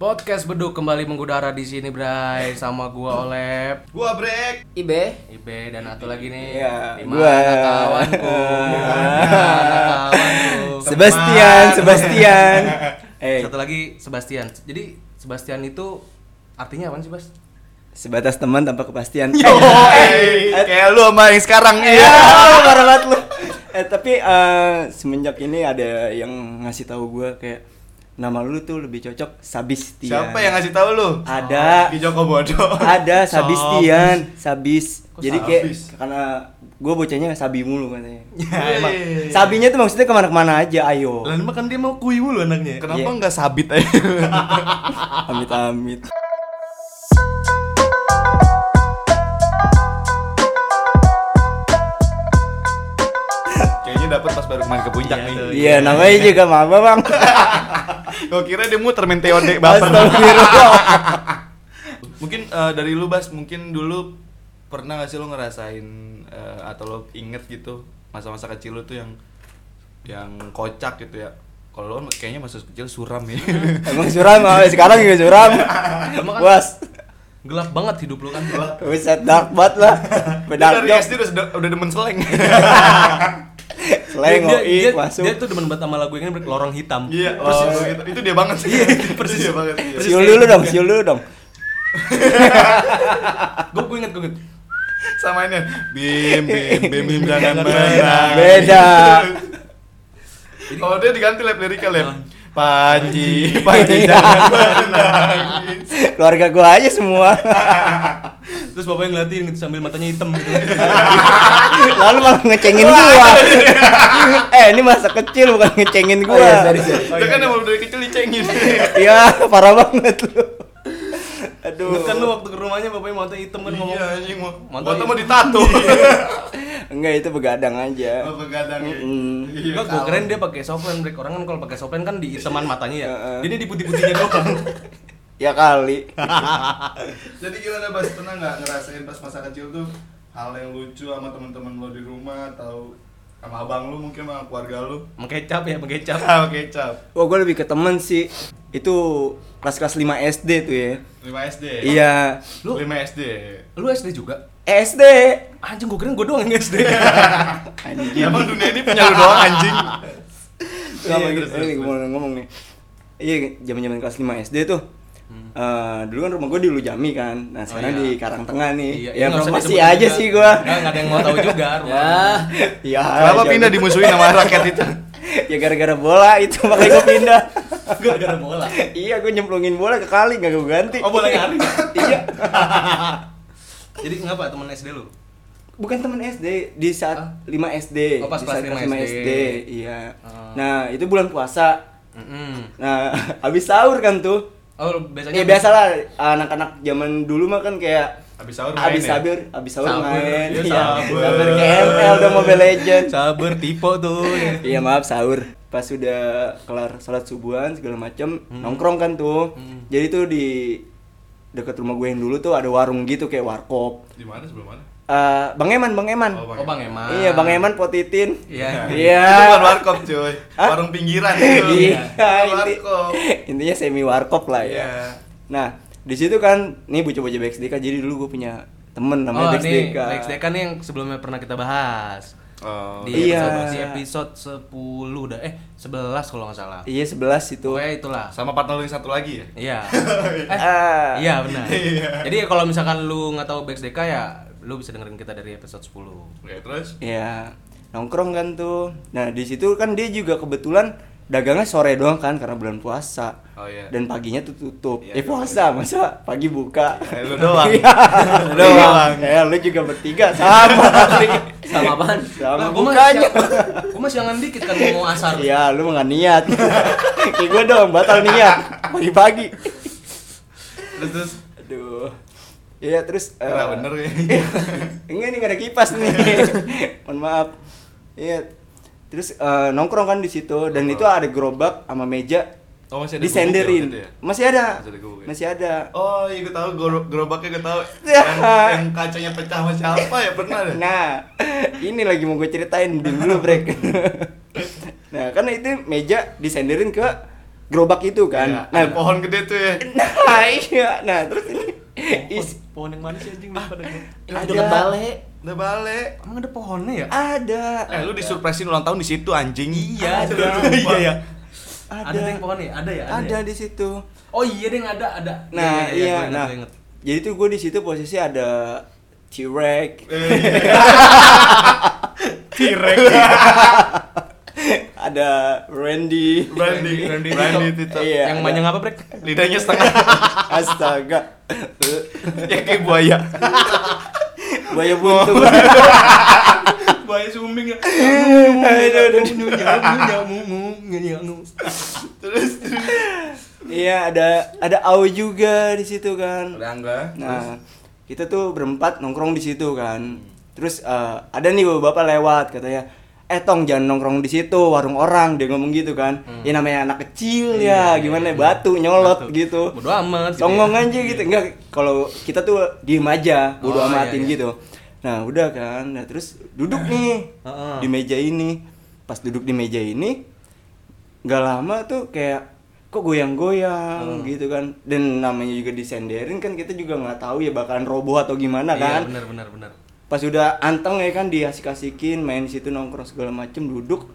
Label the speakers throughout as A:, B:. A: Podcast Beduk kembali mengudara di sini, Bray. Sama gua Olep,
B: Gua break.
C: Ibe
A: Ibe dan satu lagi nih.
C: Iya,
A: Di
C: gua.
A: mana kawanku? Di mana kawanku?
C: Sebastian,
B: Teman.
C: Sebastian. Eh,
A: Satu lagi Sebastian. Jadi Sebastian itu artinya apa sih, Bas?
C: sebatas teman tanpa kepastian.
B: eh, kayak lu sama yang sekarang
C: Iya, parah banget lu. Eh, tapi eh, semenjak ini ada yang ngasih tahu gua kayak nama lu tuh lebih cocok Sabistian.
B: Siapa yang ngasih tahu lu?
C: Ada
B: Di Joko Bodo.
C: ada Sabistian, Sabis.
A: Kok
C: Jadi kayak
B: Sabis?
C: karena gue bocahnya sabi mulu katanya.
B: Ya, emang.
C: Sabinya tuh maksudnya kemana-mana aja, ayo.
B: Lan emang kan dia mau kui mulu anaknya. Kenapa
C: Iya.
B: nggak sabit aja?
C: Amit-amit.
B: Kayaknya dapat pas baru kemarin ke puncak nih.
C: Iya, namanya juga maba, Bang.
B: Gua kira dia muter main TOD baper.
C: Astagfirullah.
B: mungkin eh, dari lu Bas, mungkin dulu pernah gak sih lu ngerasain eh, atau lu inget gitu masa-masa kecil lu tuh yang yang kocak gitu ya. Kalau lu kan kayaknya masa kecil suram ya.
C: Emang suram, ah. sekarang juga suram.
A: Emang kan-
C: Bos,
A: Gelap banget hidup lu kan.
C: buset dark banget lah. Benar
B: Dari
C: dong.
B: SD udah sed- udah demen seleng.
C: Selain
A: dia, dia,
C: ngoi masuk.
A: dia tuh demen banget sama lagu yang ini lorong hitam.
B: Iya, persis gitu. Itu dia banget sih. Iya, persis dia banget. iya.
A: persis.
C: Siul dulu dong, siul dulu dong.
A: Gue gue inget gue inget.
B: Sama ini bim bim bim bim jangan menang.
C: Beda.
B: Kalau dia diganti lab lirikal lab. Panji, Panji jangan menangis.
C: Keluarga gua aja semua.
A: Terus bapaknya ngeliatin gitu sambil matanya hitam gitu.
C: Lalu malah ngecengin gua.
A: iya.
C: eh, ini masa kecil bukan ngecengin
A: Oh,
C: gua.
D: iya, sorry,
B: Dia kan emang dari kecil dicengin.
C: Iya, parah banget lu. Aduh.
A: Ingat kan lu waktu ke rumahnya bapaknya matanya hitam kan ngomong.
B: Iya anjing mau.
A: Mantap.
B: Mantap mau ditato.
C: Enggak, itu begadang aja.
A: Oh.
B: Apa gadang ya?
C: Mm-mm.
B: Iya,
A: Enggak, gue
B: kawan.
A: keren dia pakai softlens break. Orang kan kalau pakai softlens kan di iteman matanya ya.
C: Heeh.
A: Jadi di putih-putihnya doang.
C: Ya kali.
B: Jadi gimana Bas, pernah nggak ngerasain pas masa kecil tuh hal yang lucu sama teman-teman lo di rumah atau sama abang lu mungkin sama keluarga lu?
A: mengkecap ya, mengkecap.
B: Ah, kecap.
C: Wah, gua lebih ke temen sih. Itu kelas-kelas 5 SD tuh ya.
B: 5 SD.
C: Iya.
A: Lu-
B: 5 SD.
A: Lu SD juga?
C: SD.
A: Anjing gue keren gue doang yang SD.
C: Anjing.
B: Ya, Emang dunia ini punya lu doang anjing. Iya,
C: Gak mau
B: terus,
C: gitu,
B: terus,
C: ini
B: terus.
C: mau ngomong nih Iya, zaman-zaman kelas 5 SD tuh eh, dulu kan rumah gue di Lujami kan, nah sekarang
A: Hmm. iya.
C: di Karang Tengah nih.
A: ini
C: ya
A: nggak usah
C: promosi
A: disebutin
C: aja
A: juga.
C: sih gue.
A: Nggak, nggak ada yang mau tahu juga.
D: Ya,
C: Ya,
B: Kenapa
C: aja.
B: pindah dimusuhin sama rakyat itu?
C: Ya gara-gara bola itu makanya gue pindah.
A: gara-gara bola.
C: iya, gue nyemplungin bola ke kali gak gue ganti.
A: Oh, bola yang hari.
C: iya.
A: Jadi ngapa teman SD lu?
C: Bukan temen SD di saat
A: Ah.
C: 5 SD.
A: Oh, pas
C: di
A: kelas
C: saat
A: 5
C: kelas 5 SD.
A: SD.
C: Iya.
A: Ah.
C: Nah, itu bulan puasa.
A: Mm-mm.
C: Nah, habis sahur kan tuh.
A: Oh, biasanya
C: Ya biasalah anak-anak zaman dulu mah kan kayak
B: Habis sahur main
C: Abis
B: ya?
C: sabur, abis sahur
A: Sabur,
C: main.
A: iya,
C: Iya,
A: sabur.
C: sabur ke ML udah Mobile Legends.
A: Sabar tipe tuh.
C: Iya maaf sahur. Pas sudah kelar salat subuhan segala macem nongkrong kan tuh.
A: Hmm.
C: Jadi tuh di dekat rumah gue yang dulu tuh ada warung gitu kayak warkop.
B: Di mana sebelum mana?
C: Eh, Bang Eman, Bang Eman.
B: Oh,
A: Oh, Bang Eman.
C: Iya, Bang Eman potitin.
A: Iya.
C: Iya.
B: Itu bukan warkop, cuy.
C: Hah?
B: Warung pinggiran itu.
C: Iya,
B: Bukan
C: inti-
B: warkop.
C: intinya semi warkop lah ya.
B: Iya.
C: Nah, di situ kan nih bocah-bocah BXDK jadi dulu gue punya temen
A: Oh,
C: namanya
A: nih,
C: BXDK.
A: Lex Deka nih yang sebelumnya pernah kita bahas.
B: Oh,
A: Di
C: Iya.
A: episode, di episode 10 dah eh 11 kalau nggak salah.
C: Iya, 11 itu.
A: Pokoknya itulah.
B: sama partner lu yang satu lagi ya?
A: Iya. Eh,
C: Ah.
A: iya benar.
B: Iya.
A: Jadi kalau misalkan lu nggak tahu BXDK ya lu bisa dengerin kita dari episode 10.
B: Oke, terus?
C: Ya nongkrong kan tuh. Nah di situ kan dia juga kebetulan dagangnya sore doang kan karena bulan puasa.
B: Oh, iya.
C: Dan paginya tuh tutup.
B: Iya,
C: eh puasa masa pagi buka.
B: Eh, lu doang.
C: Iya,
B: Lu
C: lu
B: doang.
C: doang. Ya lu juga bertiga sama.
D: sama apaan?
C: sama
A: gua mah
C: bukanya.
A: siang- gua mah siangan dikit kan mau asar.
C: Iya, lu mah nggak niat. Kayak gue dong, batal niat pagi-pagi.
B: Terus terus
C: Aduh. Iya, terus eh,
B: Nah, bener ya.
C: Enggak nih gak ada kipas nih. Mohon maaf. Iya. Terus eh, nongkrong kan di situ dan itu ada gerobak sama meja
B: Oh, masih ada
C: disenderin.
B: gubuk ya waktu itu ya?
C: Masih ada.
B: Masih ada gubuk ya?
C: Masih ada.
B: Oh iya gue tau, gor- gerobaknya gue tau
C: Ya.
B: yang, yang kacanya pecah sama siapa ya pernah deh
C: Nah, ini lagi mau gue ceritain Diam dulu, Brek. nah, karena itu meja disenderin ke gerobak itu kan.
B: Iya,
C: nah,
B: ada pohon gede tuh ya.
C: Nah, iya. Nah, terus ini is-
A: Oh,
C: Ah.
A: pohon yang mana sih anjing daripada gua?
C: Ada.
D: Deket balik.
B: Udah balik.
A: Emang ada pohonnya ya?
C: ada
B: Eh, lu disurpresin ulang tahun di situ anjing.
A: Iya,
B: Aduh,
A: ada.
B: iya ya.
C: ada
A: Ada yang pohonnya? Ada ya?
C: ada
A: ya?
C: di situ.
A: Oh iya deh ada ada.
C: Nah,
A: Iya, iya, iya,
C: iya,
A: gua ingat,
C: nah.
A: gua ingat.
C: Jadi tuh gue di situ posisi ada T-Rex,
B: Tirek.
C: ada Randy,
B: Brandy,
A: Brandy
B: Brandy,
A: Tito.
B: Brandy Tito.
C: Iya,
A: yang
C: ada.
A: banyak apa, Brek?
B: Lidahnya setengah
C: Astaga.
B: ya kayak buaya.
C: Buaya buntu.
A: Buaya sumbing ya.
C: Aduh, aduh, aduh.
B: Terus
C: Iya, ada ada Au juga di situ kan.
B: Udah enggak?
C: Nah, kita tuh berempat nongkrong di situ kan. Terus eh, ada nih bapak-bapak lewat katanya, "Eh Tong, jangan nongkrong di situ, warung orang." Dia ngomong gitu kan.
A: Hmm.
C: Ya namanya anak kecil ya, gimana ya, batu
A: Iya,
C: nyolot
A: Batu.
C: gitu.
A: Bodo amat gitu
C: Songong
A: ya.
C: aja gitu. Enggak, kalau kita tuh diem aja, bodo
A: Oh, iya,
C: amatin
A: iya.
C: gitu. Nah, udah kan. Nah, terus duduk nih
A: Heeh.
C: di meja ini. Pas duduk di meja ini, nggak lama tuh kayak kok goyang-goyang gitu kan dan namanya juga disenderin kan kita juga nggak tahu ya bakalan roboh atau gimana
A: Iya,
C: kan
A: benar benar benar.
C: pas udah anteng ya kan diasik-asikin main di situ nongkrong segala macem duduk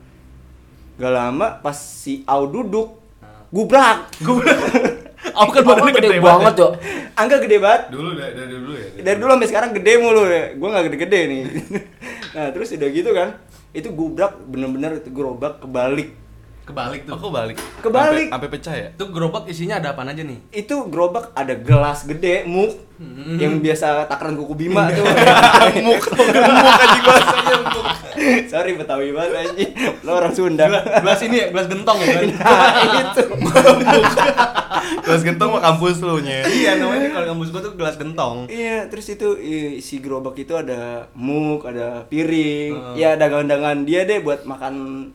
C: nggak lama pas si Au duduk gubrak
A: Aku kan
D: Pohon gede banget tuh.
C: angka gede banget
B: Dulu dari, dari dulu ya.
C: dari dulu sampai sekarang gede mulu gue nggak gede-gede nih nah terus udah gitu kan itu gubrak bener-bener itu gerobak kebalik
A: Kebalik tuh.
B: Aku Oh, balik.
C: Kebalik.
B: Sampai- Sampai pecah ya?
A: Itu gerobak isinya ada apaan aja nih?
C: itu gerobak ada gelas gede muk yang biasa takaran kuku bima tuh
B: Hmm. Muk, muk aja gua rasanya muk.
C: sorry betawi banget anjing lo orang Sunda
A: Gelas ini ya, gelas gentong ya kan?
C: Nah, itu
B: Terus gentong mah kampus lu nya.
A: iya namanya kalau kampus gua tuh gelas gentong.
C: iya terus itu i- isi gerobak itu ada muk ada piring
B: Hmm.
A: Heeh.
C: ya dagangan-dagangan dia deh buat makan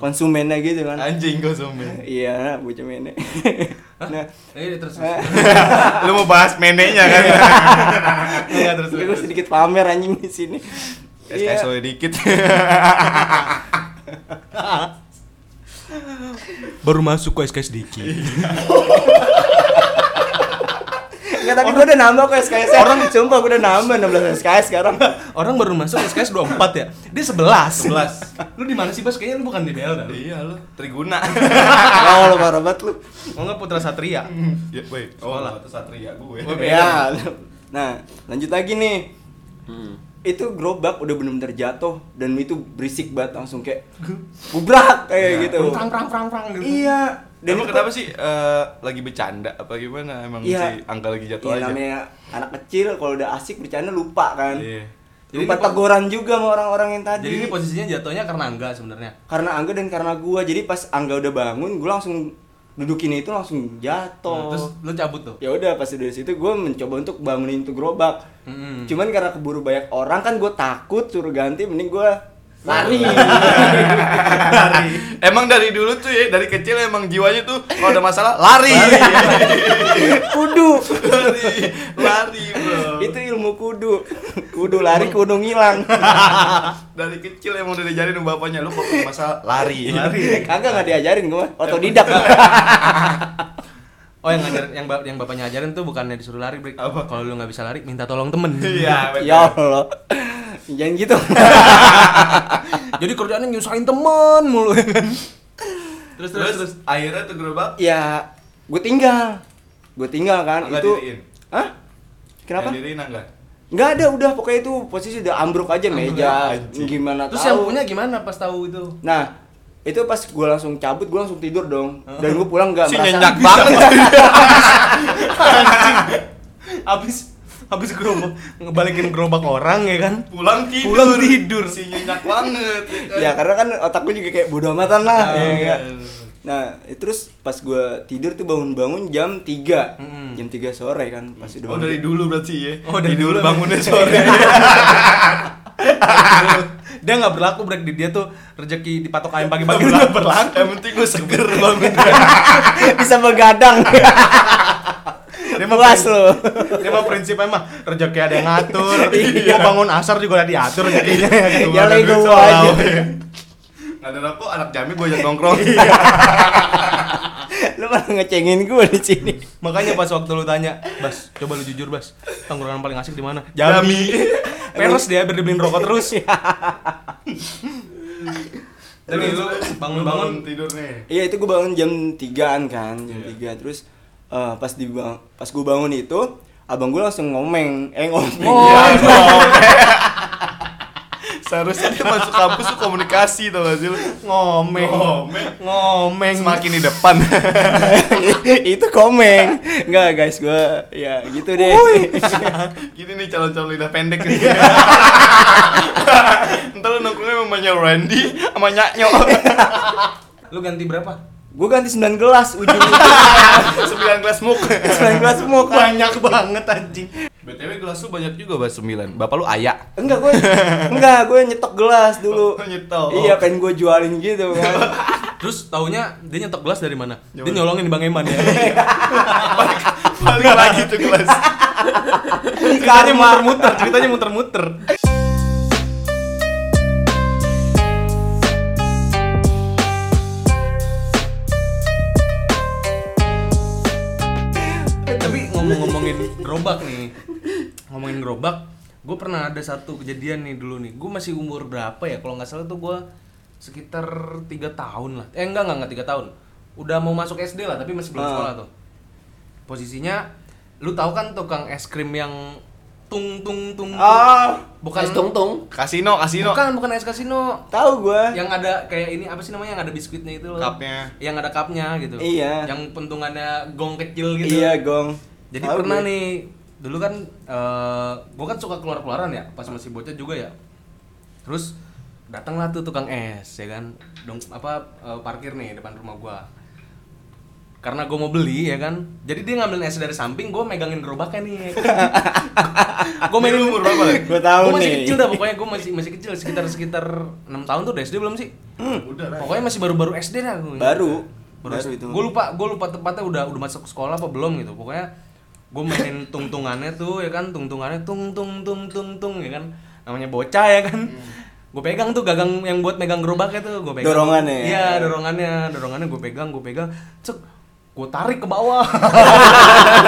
C: konsumennya gitu kan
B: Anjing gua zombie.
C: iya bocah mene nah
A: Eh terus
B: Lu mau bahas menenya kan?
A: iya terus.
C: gue sedikit pamer anjing di sini
B: Kayak soalnya dikit. Iya.
A: Baru masuk ke SKS Diki.
C: Nggak, tapi gue udah nambah kok SKS Orang sumpah gue udah nambah 16 SKS sekarang
A: Orang baru masuk SKS 24 ya. Dia 11. 11. Lu di mana sih, Bas? Kayaknya lu bukan di BL dah. lu.
B: Iya lu, triguna.
C: Wow lo parah banget lu
A: Mau enggak Oh, Putra Satria?
B: Ya, woi, oh lah, itu satria Iya. gue.
C: Ya Nah lanjut lagi nih Itu gerobak udah bener-bener jatuh Dan itu berisik banget langsung kayak Kubrak
B: Ya.
C: kayak gitu
A: Prang prang prang prang Iya. gitu.
C: Iya
B: Dan
C: itu-
B: kenapa sih eh, lagi bercanda apa gimana emang
C: Iya.
B: si angka lagi jatuh
C: Iya,
B: aja?
C: namanya anak kecil kalau udah asik bercanda lupa kan
B: Iya.
A: Jadi
C: Lupa
A: ini pos-
C: teguran juga sama orang-orang yang tadi
A: Jadi ini posisinya jatuhnya karena enggak sebenarnya.
C: karena Angga dan karena gua jadi pas Angga udah bangun gua langsung dudukin itu langsung
A: Nah,
C: jatuh
A: terus lu cabut tuh.
C: ya udah pas dari situ gua mencoba untuk bangunin itu gerobak
A: Mm-mm.
C: cuman karena keburu banyak orang kan gua takut suruh ganti mending gua lari
B: Emang dari dulu tuh ya, dari kecil emang jiwanya tuh kalau ada masalah lari.
C: kudu
B: lari, lari, bro.
C: itu ilmu kudu kudu lari kudu ngilang
B: Dari kecil emang udah diajarin sama bapaknya lu kalau ada masalah lari. ya
C: Eh,
B: kan?
C: kagak nggak diajarin gua otodidak
A: Oh yang ngajarin yang, bap- yang bapaknya ajarin tuh bukannya disuruh lari, Brik.
B: Apa?
A: Kalau lu nggak bisa lari, minta tolong temen.
B: Iya, betul.
C: ya allah jangan gitu
A: Jadi kerjaannya nyusahin temen mulu. ya kan?
B: Terus, terus, terus, akhirnya tuh gerobak
C: ya gua tinggal gua tinggal kan
B: Angga
C: itu
B: diriin.
C: Hah? kenapa
B: Yang diriin enggak?
C: Nggak ada udah pokoknya itu posisi udah ambruk aja meja
B: anjing.
C: gimana
A: Terus
C: tahu.
A: yang punya gimana pas tahu itu?
C: Nah, itu pas gue langsung cabut gue langsung tidur dong. Dan gue pulang nggak
B: Si
C: merasa
B: nyenyak banget.
A: Habis habis gerobak ngebalikin gerobak orang ya kan?
B: Pulang tidur.
A: Pulang tidur. Iya,
B: Si nyenyak banget.
C: ya karena kan otak gue juga kayak bodo amatan
A: Oh,
C: lah. ya,
A: iya.
C: nggak? Nah, itu terus pas gue tidur tuh bangun-bangun jam 3.
A: Mm-mm.
C: Jam 3 sore kan pas udah.
B: Oh
C: bangun.
B: dari dulu berarti ya.
A: Oh, dari dulu.
B: Tidur
A: Iya.
B: bangunnya sore.
A: Dia nggak berlaku break di dia tuh rezeki dipatok ayam pagi-pagi
B: Berlaku.
A: berlaku.
B: Yang penting gue seger bangun.
C: bisa begadang.
A: Dia mah
C: Puas
A: prin-
C: lu. Iya.
A: Dia mah prinsipnya mah rezeki ada yang ngatur. Dia bangun asar juga udah diatur jadinya. gitu.
C: Ya
B: Gimana duit
C: lego aja.
B: soal awalnya. ada rokok Iya. anak jami gue ajak nongkrong
A: Iya.
C: lu malah ngecengin gue di sini
A: Makanya pas waktu lu tanya, Bas, coba lu jujur Bas, tongkrongan paling asik di mana?
B: Jami. Iya,
A: Peres dia biar dibeliin rokok terus. Tapi lu bangun-bangun
B: tidur nih
C: Iya itu gue bangun jam 3an kan, jam 3 terus eh, pas di pas gue bangun itu abang gue langsung ngomeng, eh ngomeng.
B: Iya, dong. Seharusnya dia masuk kampus tuh komunikasi tau gak sih lu?
A: ngomeng,
B: Ngomeng.
A: ngomeng.
B: Semakin di depan
C: itu komeng. Enggak guys, gue ya gitu deh.
B: Gini nih calon-calon lidah pendek nih
A: Iya.
B: Ntar lu nongkrongnya sama Nya Randy sama Nyaknyo
A: Lu ganti berapa?
C: gue ganti 9 gelas ujung
B: Sembilan gelas muk
C: 9 gelas mau kan.
A: Banyak banget anjing.
B: BTW gelas lu banyak juga bahas sembilan Bapak lu ayak
C: Enggak gue enggak gue nyetok gelas dulu.
B: Oh, nyetok.
C: Iya pengen gue jualin gitu kan.
A: Terus taunya dia nyetok gelas dari mana? Dia
B: Jaman.
A: nyolongin di Bang Eman ya.
B: Balik lagi tuh gelas
A: ceritanya muter-muter, ceritanya muter-muter. Eh, Tapi ngomong-ngomongin gerobak nih. Ngomongin gerobak, gue pernah ada satu kejadian nih dulu nih. Gue masih umur berapa ya? Kalau nggak salah tuh gue sekitar tiga tahun lah. Eh enggak enggak enggak tiga tahun. Udah mau masuk SD lah, tapi masih belum
C: Ah.
A: sekolah tuh posisinya lu tahu kan tukang es krim yang tung tung tung, tung.
C: Ah,
A: bukan
D: Es tungtung.
B: Kasino, kasino
A: bukan bukan es kasino
C: tahu gue.
A: yang ada kayak ini apa sih namanya yang ada biskuitnya itu loh
B: Cupnya.
A: yang ada cupnya gitu
C: Iya.
A: yang pentungannya gong kecil gitu
C: Iya, Gong.
A: jadi
C: Tahu
A: pernah
C: gue.
A: nih dulu kan eh gua kan suka keluar keluaran ya pas masih bocah juga ya terus datanglah tuh tukang es ya kan dong apa eh, parkir nih depan rumah gua karena gue mau beli ya kan jadi dia ngambil es dari samping gue megangin gerobaknya nih gue mainin
B: Lu umur berapa, Le?
C: Gua tahu
A: Gua masih
C: nih.
A: kecil dah pokoknya gue masih masih kecil sekitar sekitar enam tahun tuh udah SD belum sih
C: Hmm.
B: Udah lah
A: pokoknya masih baru-baru SD dah gua.
C: Baru.
A: baru,
C: Baru itu.
A: gue lupa gue lupa tepatnya udah udah masuk sekolah apa belum gitu pokoknya gue mainin tungtungannya tuh ya kan tungtungannya tung tung tung tung tung ya kan namanya bocah ya kan
C: Hmm.
A: gue pegang tuh gagang yang buat megang gerobaknya tuh gue pegang
C: Dorongannya ya?
A: iya dorongannya dorongannya gue pegang gue pegang cek gue tarik ke bawah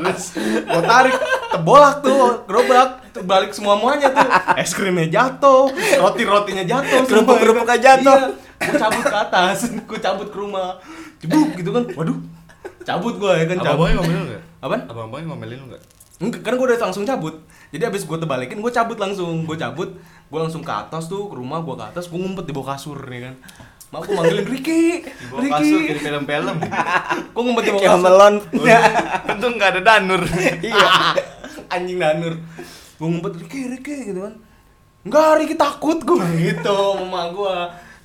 B: Terus
A: gue tarik tebolak tuh gerobak tuh balik semua muanya tuh es krimnya jatuh roti rotinya jatuh semua.
C: Kerupuk-kerupuknya jatuh.
A: iya, gue cabut ke atas gue cabut ke rumah cebuk gitu kan waduh cabut gue ya kan cabut
B: Abang-abangnya ngomelin lu gak?
A: Apaan?
B: Abang-abangnya ngomelin lu gak?
A: Enggak, kan gue udah langsung cabut jadi abis gue tebalikin gue cabut langsung gue cabut gue langsung ke atas tuh ke rumah gue ke atas gue ngumpet di bawah kasur nih kan mak gue manggilin Ricky
B: Di bawah kasur gitu. kayak di
A: Ricky
B: film-film
A: gue ngumpet di bawah
C: Kayak
A: kasur
C: melon.
B: Untung gak ada danur
A: iya anjing danur gue ngumpet Riki Riki gitu kan enggak Riki takut gue gitu mama gue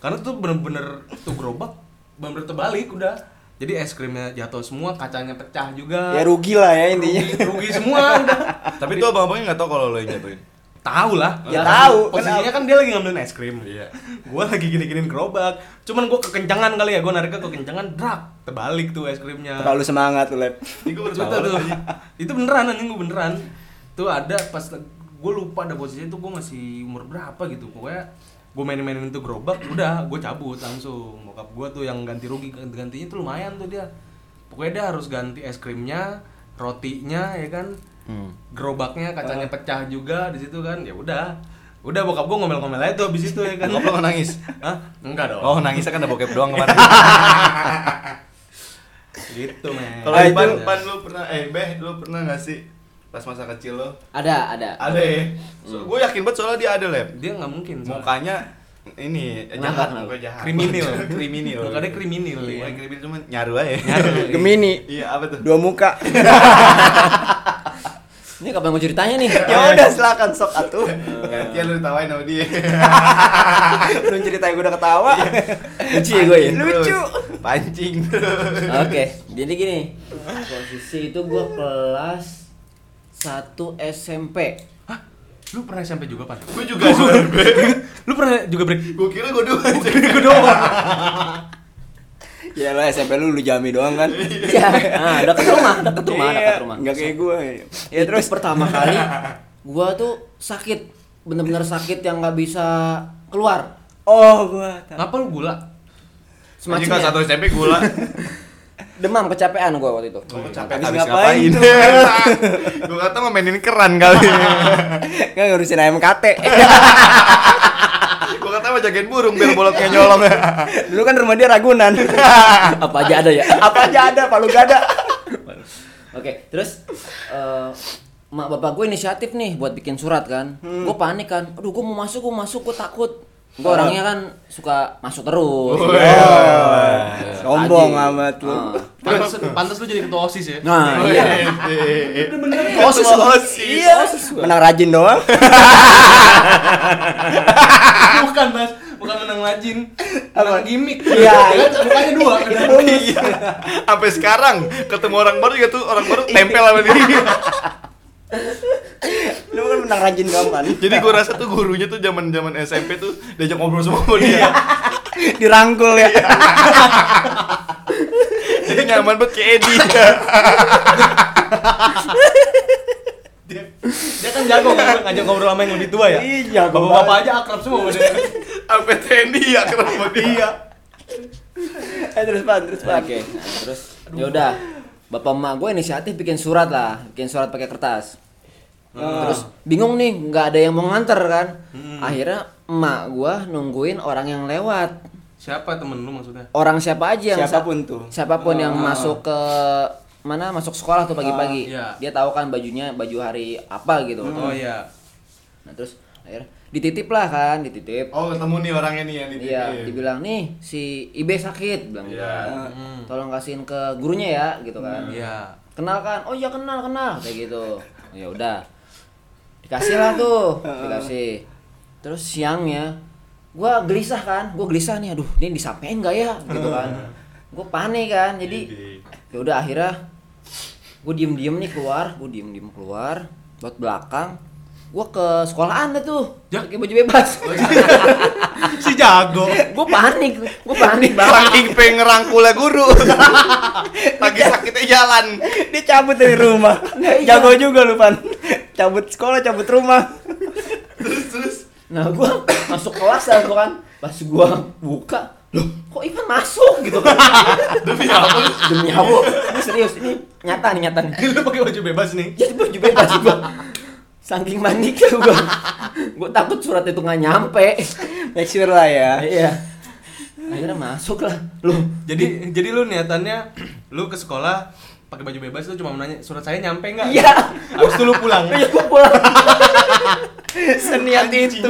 A: karena tuh bener-bener tuh gerobak bener-bener terbalik udah jadi es krimnya jatuh semua kacanya pecah juga
C: Ya rugi lah ya intinya.
A: rugi, rugi semua udah.
B: Tapi tuh abang-abangnya gak tau kalau lo yang jatuhin
A: tahu lah
C: Ya
A: Karena
C: tahu,
A: posisinya kan dia lagi ngambilin es krim
B: Iya.
A: gue lagi gini-ginin gerobak cuman gue kekencangan kali ya gue nariknya kekencangan drak terbalik tuh es krimnya
C: Terlalu semangat lu, Lep.
B: Ini gue baru
A: Itu
B: tahu.
A: tuh. Itu beneran anjing gue beneran. Tuh ada pas gue lupa ada posisinya tuh gue masih umur berapa gitu. Pokoknya gue main-mainin itu gerobak, udah gue cabut langsung. Bokap gue tuh yang ganti rugi gantinya tuh lumayan tuh dia. Pokoknya dia harus ganti es krimnya, rotinya ya kan.
B: Hmm.
A: Gerobaknya kacanya pecah juga di situ kan. Ya udah. Udah bokap gue ngomel-ngomel aja tuh abis itu ya kan.
B: Bokap lo nggak nangis?
A: Hah? Enggak dong.
B: Oh nangisnya kan ada bokep doang kemarin
A: Gitu, men.
B: Kalau
C: Ah,
B: Ipan,
C: itu-
B: Ipan lu pernah, eh Beh lu pernah gak sih pas masa kecil lo?
D: Ada, ada.
B: Ada ya? So, gue yakin banget soalnya dia ada lab
A: dia nggak mungkin. soalnya.
B: Mukanya ini eh,
D: Kenapa,
B: jahat,
D: kenapa?
B: muka jahat
A: Kriminal.
B: kriminal
A: Mukanya kriminal, ya.
B: Mukanya kriminal cuman nyaru aja
C: Gemini,
B: Iya apa tuh?
C: dua muka.
D: Ini kapan mau ceritanya nih?
C: ya udah silakan sok atuh.
B: Gantian lu ditawain sama dia
C: Lu ceritain gue udah ketawa.
A: Iya.
D: Lucu ya gue ya?
C: Lucu.
B: Pancing terus
D: Oke, jadi gini. Posisi itu gua kelas 1 SMP.
A: Hah? Lu pernah SMP juga, Pan?
B: Gue juga suara Beh
A: Lu pernah juga break?
B: Gue kira gue dua aja
A: Gue doang.
C: Ya lah SMP lu lu jami doang kan.
D: Ya, ah, dekat rumah, dekat rumah, dekat rumah.
C: Enggak kayak gue. Ya
D: Itu
C: terus
D: pertama kali gua tuh sakit, bener-bener sakit yang nggak bisa keluar.
C: Oh, gua tahu.
A: Ngapa lu gula?
B: Anjing
D: Semacam ya?
B: kelas satu SMP gula.
D: demam kecapean gua waktu itu.
C: Habis
B: Habis
C: ngapain
B: ngapain?
C: tuh?
B: Gua kata mau mainin keran kali.
C: Nggak Kan ngurusin ayam kate.
B: Gua kata mau jagain burung biar bolotnya nyolong.
C: Dulu kan rumah dia Ragunan.
D: Apa aja ada ya?
C: Apa aja ada, palu gak ada.
D: Oke, terus eh, mak bapak gue inisiatif nih buat bikin surat kan. Gue panik kan. Aduh, gue mau masuk, gue masuk, gue takut. Gue orangnya kan suka masuk terus.
C: Oh,
D: Tadi.
C: sombong amat lu.
D: Ah.
A: Pantas, pantas lu jadi ketua OSIS ya?
D: Nah, iya.
B: Osis osis.
C: Iya, menang rajin doang.
A: bukan mas, bukan menang rajin
C: Apa?
A: Menang gimmick
C: Iya.
A: Ya kan? Mukanya dua ada bonus.
B: Sampai sekarang ketemu orang baru juga tuh orang baru tempel sama diri.
C: Lu kan menang rajin doang kan.
B: Jadi gue rasa tuh gurunya tuh zaman zaman SMP tuh diajak ngobrol semua sama dia.
C: Dirangkul ya.
B: Jadi nyaman banget kayak Edi.
A: Dia, dia kan jago ngajak ngajak ngobrol sama yang lebih tua ya?
C: Iya, jago
A: Bapak-bapak
C: banget.
A: aja akrab semua bener.
B: Sampai TNI ya ketemu dia.
C: Eh, terus pan, terus pan.
D: Oke, nah, terus ya udah. Bapak emak gue inisiatif bikin surat lah, bikin surat pakai kertas.
A: Hmm.
D: Terus bingung nih, nggak ada yang mau nganter kan. Akhirnya emak gue nungguin orang yang lewat.
A: Siapa temen lu maksudnya?
D: Orang siapa aja yang
C: Siapapun tuh.
D: Iya,
C: Ah.
D: Siapapun yang masuk ke mana masuk sekolah tuh pagi-pagi.
A: Ah, iya.
D: Dia tahu kan bajunya baju hari apa gitu.
A: Oh iya
D: Nah, terus akhirnya dititip lah kan, dititip.
B: Oh ketemu nih orangnya nih yang di
D: Iya, dibilang nih si Ibe sakit bilang gitu.
B: Iya.
C: Ah.
D: Nah, Tolong kasihin ke gurunya ya gitu
A: Hmm.
D: kan.
A: Iya
D: Kenal kan? Oh iya kenal, kenal kayak gitu. Oh, ya udah. Dikasih lah tuh, dikasih. Terus siangnya gua gelisah kan, gua gelisah nih aduh, ini disampaikan gak ya gitu kan. Gua panik kan. Jadi
C: Iya,
D: ya udah akhirnya gue diem diem nih keluar gue diem diem keluar buat belakang gue ke sekolah anda tuh
A: Ya.
D: pakai baju bebas
C: Oh, iya.
A: Si jago
D: gue panik gue
C: Iya.
D: panik banget
B: Saking pengen ngerangkulnya ya, guru. Lagi sakitnya jalan.
C: Dia cabut dari rumah.
D: Nah, iya.
C: Jago juga lu pan. Cabut sekolah, cabut rumah.
D: nah gue masuk kelas lah tuh kan pas gue buka loh kok Ivan masuk gitu kan
B: Demi apa? lu?
D: demi apa ini serius ini nyata nih nyata nih
A: Iya. Lu pakai baju bebas nih
D: jadi baju bebas gue saking paniknya gue gue takut surat itu nggak nyampe
C: Make sure lah ya.
D: iya akhirnya masuk lah loh
A: Jadi jadi lu niatannya Lu ke sekolah pakai baju bebas lu cuma menanya surat saya nyampe nggak?
D: Iya.
A: Abis itu lu pulang.
D: Iya gue pulang
C: Seniat itu.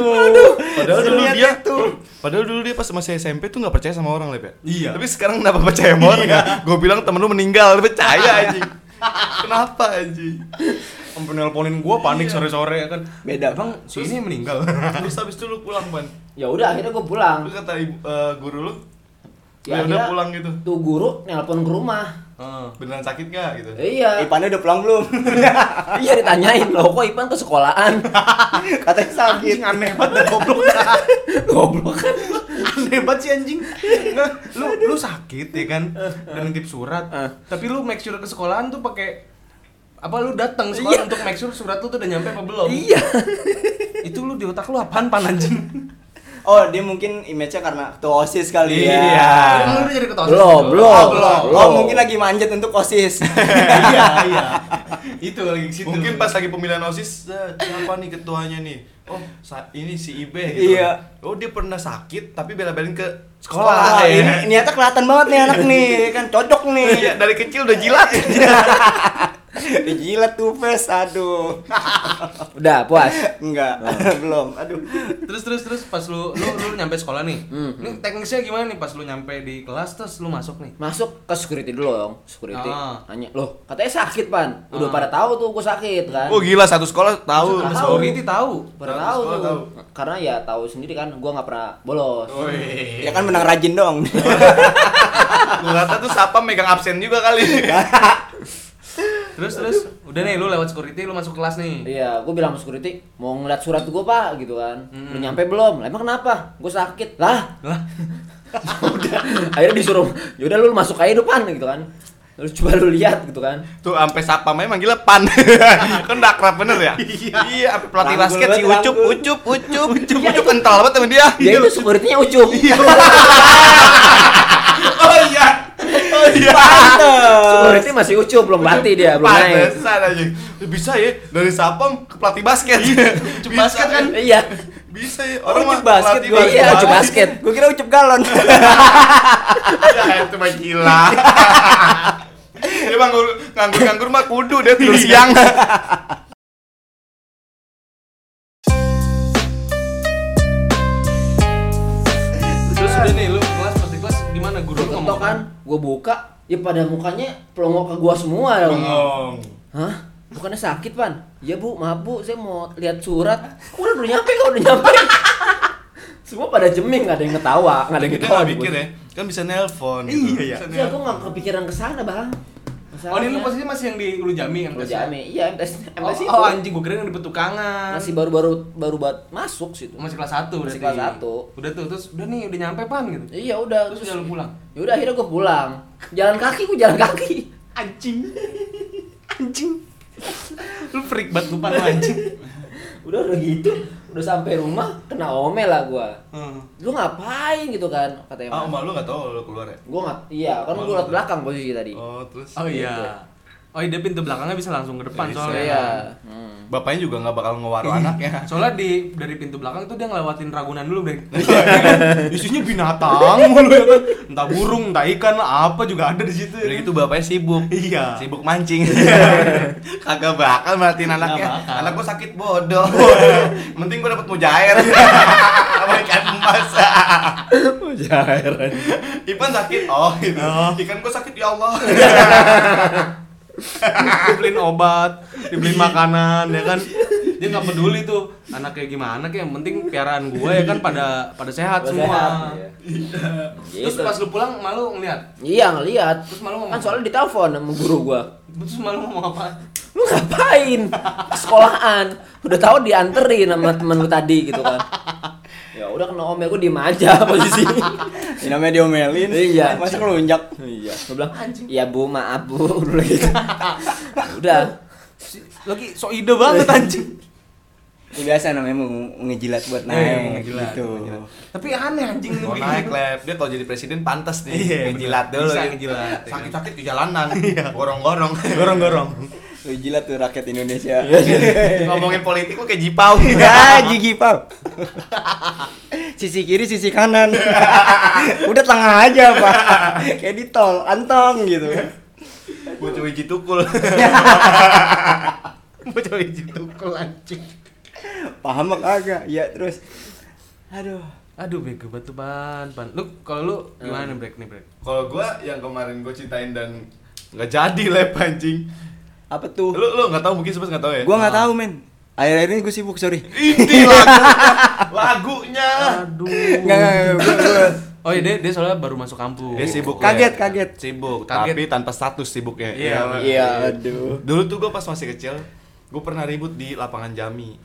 B: Padahal dulu
C: Seniat
B: dia
C: itu.
B: Padahal dulu dia pas masih SMP tuh nggak percaya sama orang Lep ya?
A: Iya.
B: Tapi sekarang kenapa percaya sama orang ya? Gue bilang temen lu meninggal, lu percaya anjing Kenapa anjing?
A: Ampun nelponin gua panik sore-sore ya kan.
C: Beda.
A: Bang, si ini meninggal.
B: Terus habis itu lu pulang, Ban
D: ya udah akhirnya gue pulang
B: Terus kata ibu, eh, guru lu, ya,
D: Ya,
B: udah
D: akhirnya-
B: pulang gitu
D: tuh guru nelpon ke rumah
A: Heeh.
B: Beneran sakit gak gitu?
D: iya
C: Ipannya udah pulang belum?
D: iya ditanyain loh kok Ipan ke sekolahan
C: Katanya sakit.
A: Anjing aneh banget dah, goblok.
D: goblok kan
A: aneh banget sih anjing. Nggak, lu lu sakit ya kan dan nitip surat. Tapi lu make sure ke sekolahan tuh pakai apa lu datang sekolah untuk make sure surat lu tuh udah nyampe apa belum?
D: iya
A: Itu lu di otak lu apaan pan anjing?
C: Oh, dia mungkin image-nya karena ketua OSIS kali ya.
B: Iya.
A: Emang lu udah jadi ketua OSIS?
D: Ah. Belum,
A: Oh,
D: belum.
C: Oh,
A: belum.
C: oh,
D: Belum.
C: mungkin lagi manjat untuk OSIS.
A: Iya, iya. Itu lagi ke situ.
B: Mungkin pas lagi pemilihan OSIS, eh, siapa nih ketuanya nih? Oh, sa- ini si Ibe gitu
C: Iya.
B: Oh, dia pernah sakit tapi bela-belain ke
C: Sekolah iya.
B: sekolah, ya.
C: ini niatnya kelihatan banget nih anak nih, kan cocok nih.
B: Iya, dari kecil udah jilat
C: Dijilat tuh face, aduh.
D: udah puas
C: Enggak, belum. Aduh.
A: terus terus terus pas lu lu, lu nyampe sekolah nih.
D: Hmm.
A: Ini teknisnya gimana nih pas lu nyampe di kelas terus lu masuk nih?
D: masuk ke security dulu dong security
A: Ah.
D: nanya loh katanya sakit pan udah
B: Ah.
D: pada tahu tuh gue sakit kan
B: Oh, gila satu sekolah tahu.
A: Sama
D: Tahu.
A: security tahu.
D: pada
B: Tahu,
D: tahu
B: sekolah
D: tuh
B: tahu.
D: karena ya tahu sendiri kan gue nggak pernah bolos
B: Woi.
C: Ya kan menang rajin dong.
B: Gua kata tuh siapa megang absen juga kali.
A: Terus terus udah nih lu lewat security lu masuk kelas nih.
D: Iya, gue bilang sama security, mau ngeliat surat gue pak, gitu kan
B: Hmm.
D: Udah nyampe belum? Lah, emang kenapa? Gue sakit Lah,
A: Lah,
D: "Ya udah akhirnya disuruh yaudah lu masuk aja depan gitu kan lu coba lu lihat gitu kan
B: Tuh sampai satpam aja manggilnya pan. kan udah akrab bener ya? iya, sampai pelatih
C: Rangkul
B: basket si
C: banget,
B: Ucup,
C: rangkul.
B: Ucup, Ucup, Ucup, Ucup kental banget sama dia.
D: dia Ya itu sepertinya ucup
B: Iya. Oh iya. Oh iya.
D: sepertinya masih ucup belum mati dia belum naik
B: Pantesan aja. Bisa ya dari satpam ke pelatih basket. Ucup basket kan?
D: iya
B: Bisa ya.
C: Orang
B: mah
C: ucup basket
B: pelatih
C: gua.
D: Iya, ucup basket.
C: Gua kira ucup galon.
B: Ya itu mah gila. Dia mah nganggur- nganggur-nganggur mah kudu dia tidur siang.
A: Terus udah nih lu kelas pas di kelas gimana guru
D: gue
A: lu
D: ketok
A: ngomong
D: kan gue buka ya pada mukanya pelongok ke gua semua dong hah bukannya sakit pan ya bu maaf bu saya mau lihat surat udah udah nyampe kok udah nyampe semua pada jeming nggak ada yang ketawa nggak ada yang
B: Kita
D: ketawa
B: nggak
D: di
B: mikir
D: gua.
B: ya, kan bisa nelpon. gitu.
A: Iya, iya.
B: Bisa
D: Iya, gue
B: nelpon.
D: nggak kepikiran ke sana, Bang. kan? ya.
A: Oh ini lu posisi masih yang di Ulu Jami yang
D: Gue
A: tes ya?
D: jame. Iya, MTs.
A: Oh,
D: MTs itu.
A: oh, anjing gua kira yang di petukangan.
D: masih baru-baru baru buat masuk situ.
A: masih kelas 1
D: Masih kelas satu.
A: Udah tuh terus udah nih udah nyampe pan gitu.
D: Iya, udah.
A: Terus udah lu pulang.
D: Ya udah akhirnya gue pulang. Jalan kaki gue jalan kaki.
A: Anjing. Anjing. lu freak banget lu pan lu anjing.
D: Udah udah gitu, udah sampai rumah kena omel lah gua.
C: Hmm.
A: Heeh.
D: Lu ngapain gitu kan katanya.
B: Ah, emak lu nggak tahu lu keluar ya?
D: Gua nggak iya, kan
B: Malu
D: gua liat
B: tuh.
D: belakang posisi tadi.
B: Oh, terus
A: Oh iya. Oh iya dia pintu belakangnya bisa langsung ke depan
B: Bisa,
A: soalnya.
D: Iya. Hmm.
B: bapaknya juga nggak bakal ngewaru anaknya.
A: Soalnya di dari pintu belakang itu dia ngelewatin ragunan dulu, Bang.
B: Isinya binatang.
A: Tamu lu ya kan. Entah burung, entah ikan, apa juga ada di situ.
B: Udah gitu bapaknya sibuk.
A: Iya.
B: Sibuk mancing. Kagak bakal merhatiin anaknya.
A: Nggak bakal.
B: Anak gua sakit bodoh. Penting gua dapat mujair. Sama ikan emas.
D: Mujair.
B: Ipan sakit. Oh, gitu. Ikan gua sakit ya Allah.
A: dibeliin obat, dibeliin makanan, ya kan? Dia nggak peduli tuh anak kayak gimana, kayak yang penting piaraan gue ya kan pada pada sehat
D: Gua
A: semua.
D: sehat, iya.
A: Terus
D: Gitu.
A: pas lu pulang malu ngeliat,
D: Iya ngeliat.
A: Terus malu ngomong
D: Kan soalnya ditelepon sama guru gua.
A: terus malu ngomong apa?
D: Lu ngapain? Ke Sekolahan. Udah tahu dianterin sama temen lu tadi gitu kan. Ya udah kena omel gua diem aja posisi.
C: Ini namanya diomelin.
D: Iya.
C: Masa ngelunjak.
D: iya. Gua bilang, "Iya Bu, maaf Bu." Udah gitu. udah.
A: Si- Lagi so ide banget anjing.
C: Ini biasa namanya mau ngejilat buat naik
A: Eh, mau ngejilat,
C: gitu.
A: mau ngejilat. Tapi aneh anjing lu
B: Mau
A: kayak
B: naik
A: gitu.
B: lab. Dia kalau jadi presiden pantas nih.
A: Iya,
B: ngejilat
A: bener.
B: dulu.
A: Bisa
B: gitu.
A: ngejilat, ya.
B: Sakit-sakit di jalanan. Gorong-gorong. Gorong-gorong.
C: Lu jilat tuh rakyat Indonesia.
B: iya. Ngomongin politik lu kayak jipau.
C: Ya, gigi pau. sisi kiri, sisi kanan. Udah tengah aja, Pak. Kayak di tol, antong gitu.
B: Bocah hiji tukul. Bocah hiji tukul anjing.
C: Paham apa kagak? Ya, terus aduh.
A: Aduh bego batu pan pan. Lu kalau lu
B: Eh.
A: gimana break nih break?
B: Kalau gua yang kemarin gua cintain dan nggak jadi lab anjing.
C: Apa tuh?
B: Lu lu nggak tahu mungkin sebes nggak tahu ya.
C: Gua nggak tahu, men. Akhir-akhir ini gue sibuk, sorry.
B: Ini lagu lagunya.
A: Aduh.
C: Nggak, nggak, nggak, gua- gua-
A: Oh iya dia, dia soalnya baru masuk kampus.
B: Dia Eh, sibuk.
C: Kaget,
B: Lab.
C: kaget.
B: Sibuk.
A: Kaget.
B: Tapi tanpa status sibuknya.
A: Iya,
C: Iya, aduh.
B: Dulu tuh gua pas masih kecil, gua pernah ribut di lapangan Jami.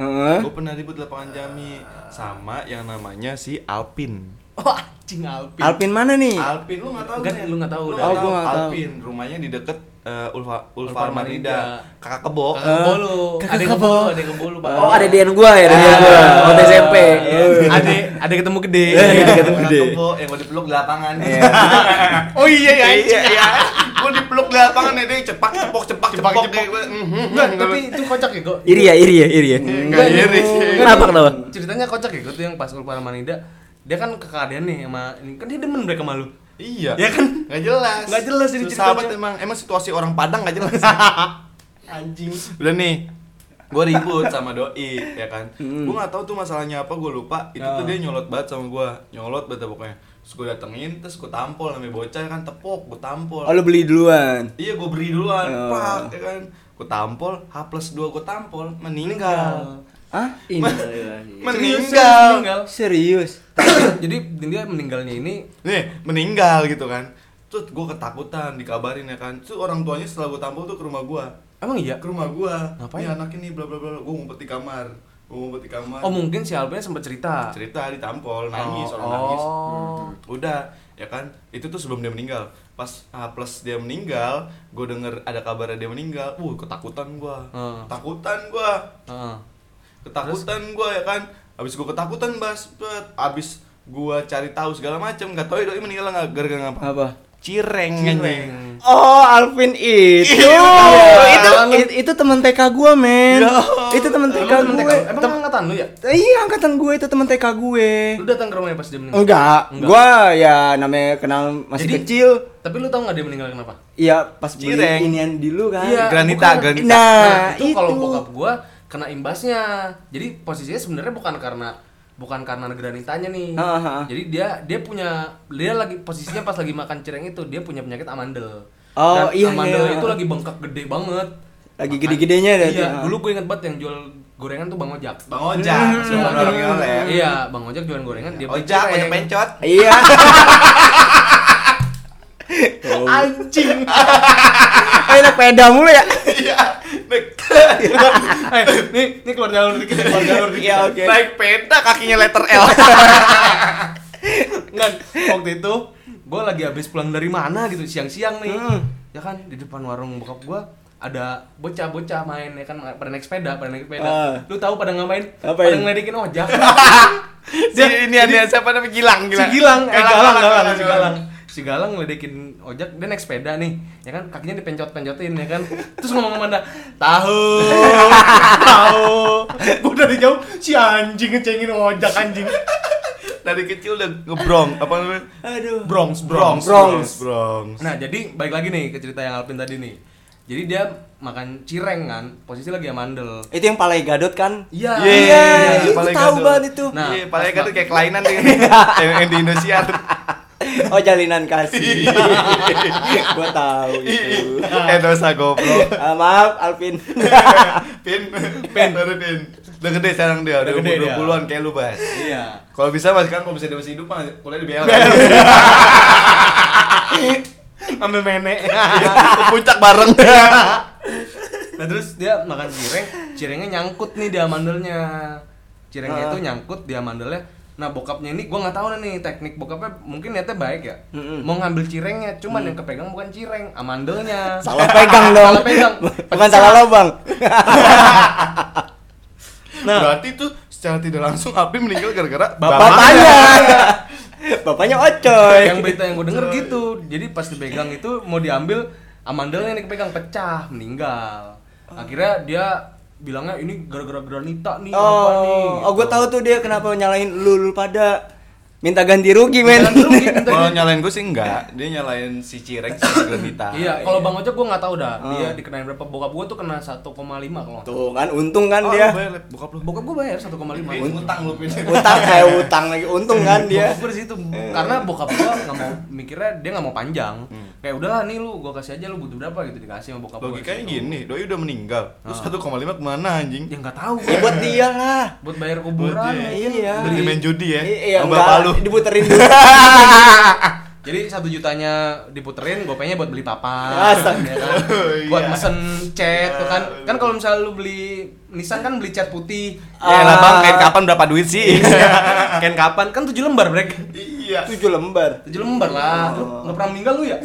C: Heeh.
B: Gua pernah ribut di lapangan Jami sama yang namanya si Alpin.
A: Oh anjing Alpin.
C: Alpin mana nih?
B: Alpin lu nggak tahu
A: Nggak,
B: Nen.
A: lu nggak tahu,
C: Oh, Iya. gua nggak tahu.
B: Alpin rumahnya di deket eh, Ulfa
A: Ulfarman
B: Ulfarmanida
A: Ida.
B: kakak kebo
A: Kakak kebo lu. Ada yang kebo, ada yang kebo lu,
C: Eh,
A: Pak.
D: Oh, ada Dian gua
B: Iya,
D: ya, ada Dian gua.
A: Ah.
D: Oh, SMP.
A: Iya. Ada ada ketemu Iya, gede.
B: Iya, kakak kebo yang gua dipeluk di lapangan
A: Oh iya ya.
B: iya iya gua dipeluk di lapangan ya, dia cepak cepok cepak cepak cepok Mhm.
A: Enggak, tapi itu kocak ya, kok.
D: Iri ya, iri ya, iri ya.
B: nggak iri
D: Kenapa kenapa?
A: ceritanya kocak ya gue tuh yang pas Ulfa Manida dia kan keadaan nih sama ini kan dia demen mereka malu
B: iya
A: Ya kan?
B: nggak jelas
A: Nggak jelas ini
B: Susah
A: ceritanya.
B: banget emang emang situasi orang Padang nggak jelas
A: anjing
B: udah nih gue ribut sama doi ya kan
A: Hmm.
B: gue nggak tahu tuh masalahnya apa gue lupa itu
A: Ah.
B: tuh dia nyolot banget sama gue nyolot banget dah pokoknya terus gue datengin terus gue tampol namanya bocah kan tepok gue tampol
C: Oh, lu beli duluan.
B: iya gue beri duluan
A: Ah.
C: Oh.
B: pak ya kan gue tampol h plus dua gue tampol meninggal
C: Hah?
B: meninggal
A: Ah. meninggal
C: Serius?
A: jadi dia meninggalnya ini
B: nih meninggal gitu kan terus gue ketakutan dikabarin ya kan terus orang tuanya setelah gue tampol tuh ke rumah gue
A: emang iya
B: ke rumah gue
A: Ngapain?
B: Nih anak ini bla bla bla gue ngumpet di kamar gue ngumpet di kamar
A: oh mungkin si Alpinnya sempat cerita
B: cerita ditampol Iya, nangis
A: Oh,
B: orang
A: oh.
B: nangis udah ya kan itu tuh sebelum dia meninggal pas H plus dia meninggal gue denger ada kabar dia meninggal uh ketakutan gue
A: Hmm.
B: ketakutan gue
A: Heeh.
B: ketakutan gue ya kan abis gue ketakutan bas bet. abis gue cari tahu segala macam nggak tahu ya, doi meninggal nggak gara-gara apa
C: Apa?
B: cireng
A: Cireng.
C: Oh, Alvin itu. itu itu, itu teman TK gua, men.
B: Ya.
C: Itu teman TK
A: Emang
C: kan gue.
A: temen TK? Emang angkatan lu ya?
C: Eh, Iya, angkatan gue itu teman TK gue.
A: Lu datang ke rumahnya pas dia meninggal?
C: Enggak,
A: Enggak.
C: gua ya namanya kenal masih
A: Jadi-
C: kecil.
A: Tapi lu tau gak dia meninggal kenapa?
C: Iya, pas beli
B: Cireng.
C: inian dulu kan.
A: Iya,
B: granita
A: bukan.
B: granita
C: Nah,
A: itu,
C: itu.
A: kalau bokap gua kena imbasnya. Jadi posisinya sebenarnya bukan karena bukan karena granitanya nih.
C: Ha, ha, ha.
A: Jadi dia dia punya dia lagi posisinya pas lagi makan cireng itu dia punya penyakit amandel. Dan
C: Oh, iya,
A: Amandel
C: iya.
A: itu lagi bengkak gede banget.
C: Lagi
A: Makan-
C: gede-gedenya dia
A: Iya,
C: tuh, ha.
A: dulu gue inget banget yang jual gorengan tuh Bang Ojak.
B: bang ojak semua orang oleh
A: Iya, Bang Ojak jualan gorengan dia beli
B: ojak ojak
A: cireng.
B: pencot
C: Iya.
B: anjing
C: Oh, enak peda mulu ya.
B: iya naik
A: Eh, nih, nih keluar jalur dikit, keluar jalur dikit.
C: Iya, oke.
B: naik peda kakinya letter L
A: Nggak, waktu itu gue lagi habis pulang dari mana gitu siang-siang nih
C: Hmm.
A: ya kan di depan warung bokap gue ada bocah-bocah main ya kan pada naik sepeda pada naik sepeda
C: Ah.
A: lu tahu pada ngapain
C: Ngapain?
A: pada ngelidikin ojak
B: si ini ada siapa namanya Gilang
A: si Gilang eh galang galang si
B: Gilang
A: galang si galang ngeledekin ojak dia naik sepeda nih ya kan kakinya dipencot-pencotin ya kan terus ngomong sama anda tahu tahu gue dari jauh si anjing ngecengin ojak anjing
B: dari kecil udah ngebrong apa namanya
C: Aduh.
A: brongs brongs
B: brongs
C: Brongs.
B: brongs
A: Nah, jadi baik lagi nih ke cerita yang Alvin tadi nih. Jadi dia makan cireng kan, posisi lagi amandel.
C: Itu yang Palai Gadot kan?
A: Iya.
B: Iya,
A: Iya,
C: itu
B: paling
C: tahu
B: gaduh.
C: banget itu.
A: Nah,
B: iya, paling
A: pas
B: kan
A: bak-
B: kayak kelainan tuh yang yang di Indonesia tuh.
C: Oh, jalinan kasih. gua tahu itu.
B: Eh dosa goblok.
C: Ah, maaf Alvin.
B: Pin, pin, baru pin. Udah gede sekarang dia,
A: Udah
B: udah
A: gede
B: umur
A: dia.
B: 20-an kayak lu, Bas.
A: Iya.
B: Kalau bisa Mas kan kalau bisa dia masih hidup mah kuliah di BL.
A: Ambil menek.
B: Ke puncak bareng.
A: nah, terus dia makan cireng, cirengnya nyangkut nih di amandelnya.
B: Ah.
A: Cirengnya itu nyangkut di amandelnya. Nah, bokapnya ini gua nggak tahu nih teknik bokapnya mungkin niatnya baik ya.
C: Mm-mm.
A: Mau ngambil cirengnya, cuman
B: Mm.
A: yang kepegang bukan cireng, amandelnya.
C: Salah pegang dong.
A: Salah pegang.
C: Bukan salah lobang.
B: Berarti tuh secara tidak langsung Abi meninggal gara-gara
C: Bapaknya. Bapaknya Ocoy.
A: yang berita yang gue denger gitu jadi pas dipegang itu mau diambil amandelnya nih kepegang pecah meninggal
C: Oh.
A: akhirnya dia bilangnya ini gara-gara granita nih apa nih Gitu.
C: Oh, oh gue tahu tuh dia kenapa nyalahin lu, lu pada minta ganti rugi, men.
A: Jangan rugi, bentar.
B: Kalau nyalain gue sih enggak, dia nyalain si Cireng sama Granita.
A: iya kalau bang ojek gue nggak tahu dah
C: Oh.
A: dia dikenain berapa bokap gue tuh kena 1,5 kalau nggak salah.
C: Tuh kan untung kan
B: Oh, lu
C: dia.
B: bayar, Lep. bokap lu.
A: bokap gue bayar 1,5
B: Utang lu pin.
C: Utang kayak utang lagi untung kan dia.
A: Bokap gue di situ karena bokap gue nggak mau mikirnya dia nggak mau panjang
C: Hmm.
A: kayak udahlah nih lu gue kasih aja lu butuh berapa gitu dikasih sama bokap gue
B: Logikanya gini, doi udah meninggal. Terus 1,5 kemana anjing?
A: ya nggak tahu
C: Ya buat dia lah.
A: buat bayar kuburan
B: Buat
A: mungkin.
C: Iya.
B: Beli main judi ya?
C: I- Iya,
B: sama
C: enggak,
B: bapak lu.
C: diputerin dulu.
A: Jadi satu jutanya diputerin, gopenya buat beli papan,
C: Astaga.
A: ya kan? buat
B: Iya.
A: mesen cat,
B: Iya.
A: tuh kan? Kan kalau misalnya lu beli Nissan kan beli cat putih,
C: Ah.
B: Ya lah bang, kain kapan berapa duit sih?
A: kan kapan? Kan tujuh lembar brek,
B: Iya.
C: Tujuh lembar.
A: tujuh lembar lah. Lu nggak pernah meninggal lu ya?